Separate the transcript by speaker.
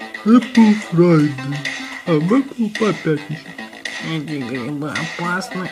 Speaker 1: Apple Friday, а Apple по пятницам.
Speaker 2: Эти грибы опасны.